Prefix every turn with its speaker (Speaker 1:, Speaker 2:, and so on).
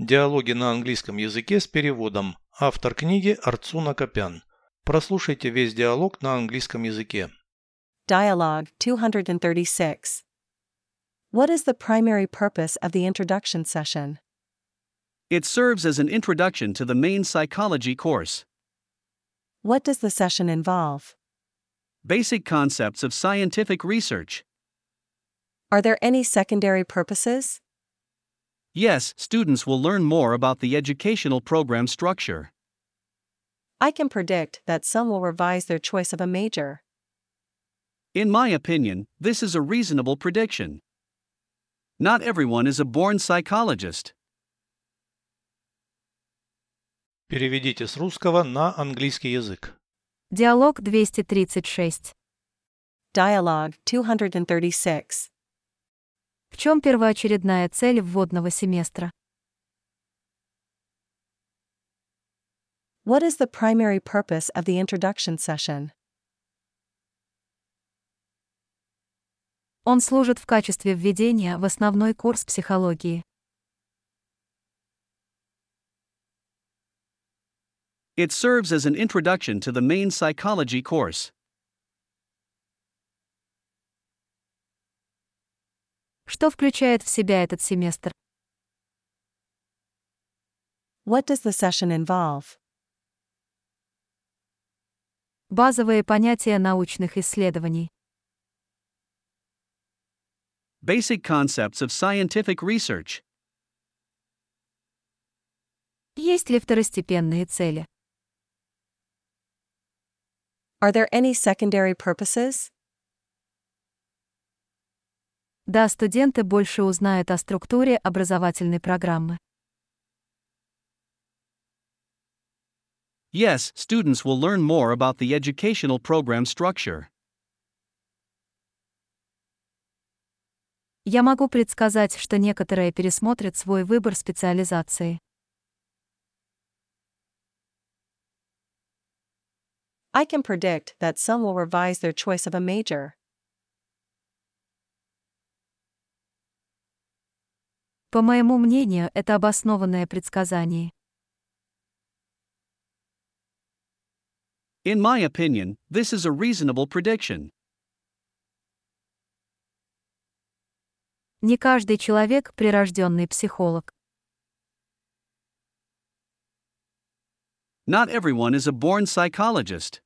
Speaker 1: Диалоги на английском языке с переводом. Автор книги Арцуна Копян. Прослушайте весь диалог на английском языке.
Speaker 2: Dialogue 236. What is the primary purpose of the introduction session?
Speaker 3: It serves as an introduction to the main psychology course.
Speaker 2: What does the session involve?
Speaker 3: Basic concepts of scientific research.
Speaker 2: Are there any secondary purposes?
Speaker 3: Yes, students will learn more about the educational program structure.
Speaker 2: I can predict that some will revise their choice of a major.
Speaker 3: In my opinion, this is a reasonable prediction. Not everyone is a born psychologist.
Speaker 1: Переведите с русского на английский язык.
Speaker 4: Диалог 236.
Speaker 2: Dialogue 236.
Speaker 4: В чем первоочередная цель вводного семестра?
Speaker 2: What is the primary purpose of the introduction session?
Speaker 4: Он служит в качестве введения в основной курс психологии.
Speaker 3: It serves as an introduction to the main psychology course.
Speaker 4: Что включает в себя этот семестр?
Speaker 2: What does the session involve?
Speaker 4: Базовые понятия научных исследований.
Speaker 3: Basic concepts of scientific research.
Speaker 4: Есть ли второстепенные цели?
Speaker 2: Are there any secondary purposes?
Speaker 4: Да, студенты больше узнают о структуре образовательной программы.
Speaker 3: Yes, students will learn more about the educational program structure.
Speaker 4: Я могу предсказать, что некоторые пересмотрят свой выбор специализации.
Speaker 2: I can predict that some will revise their choice of a major.
Speaker 4: По моему мнению, это обоснованное предсказание.
Speaker 3: In my opinion, this is a reasonable prediction.
Speaker 4: Не каждый человек – прирожденный психолог.
Speaker 3: Not everyone is a born psychologist.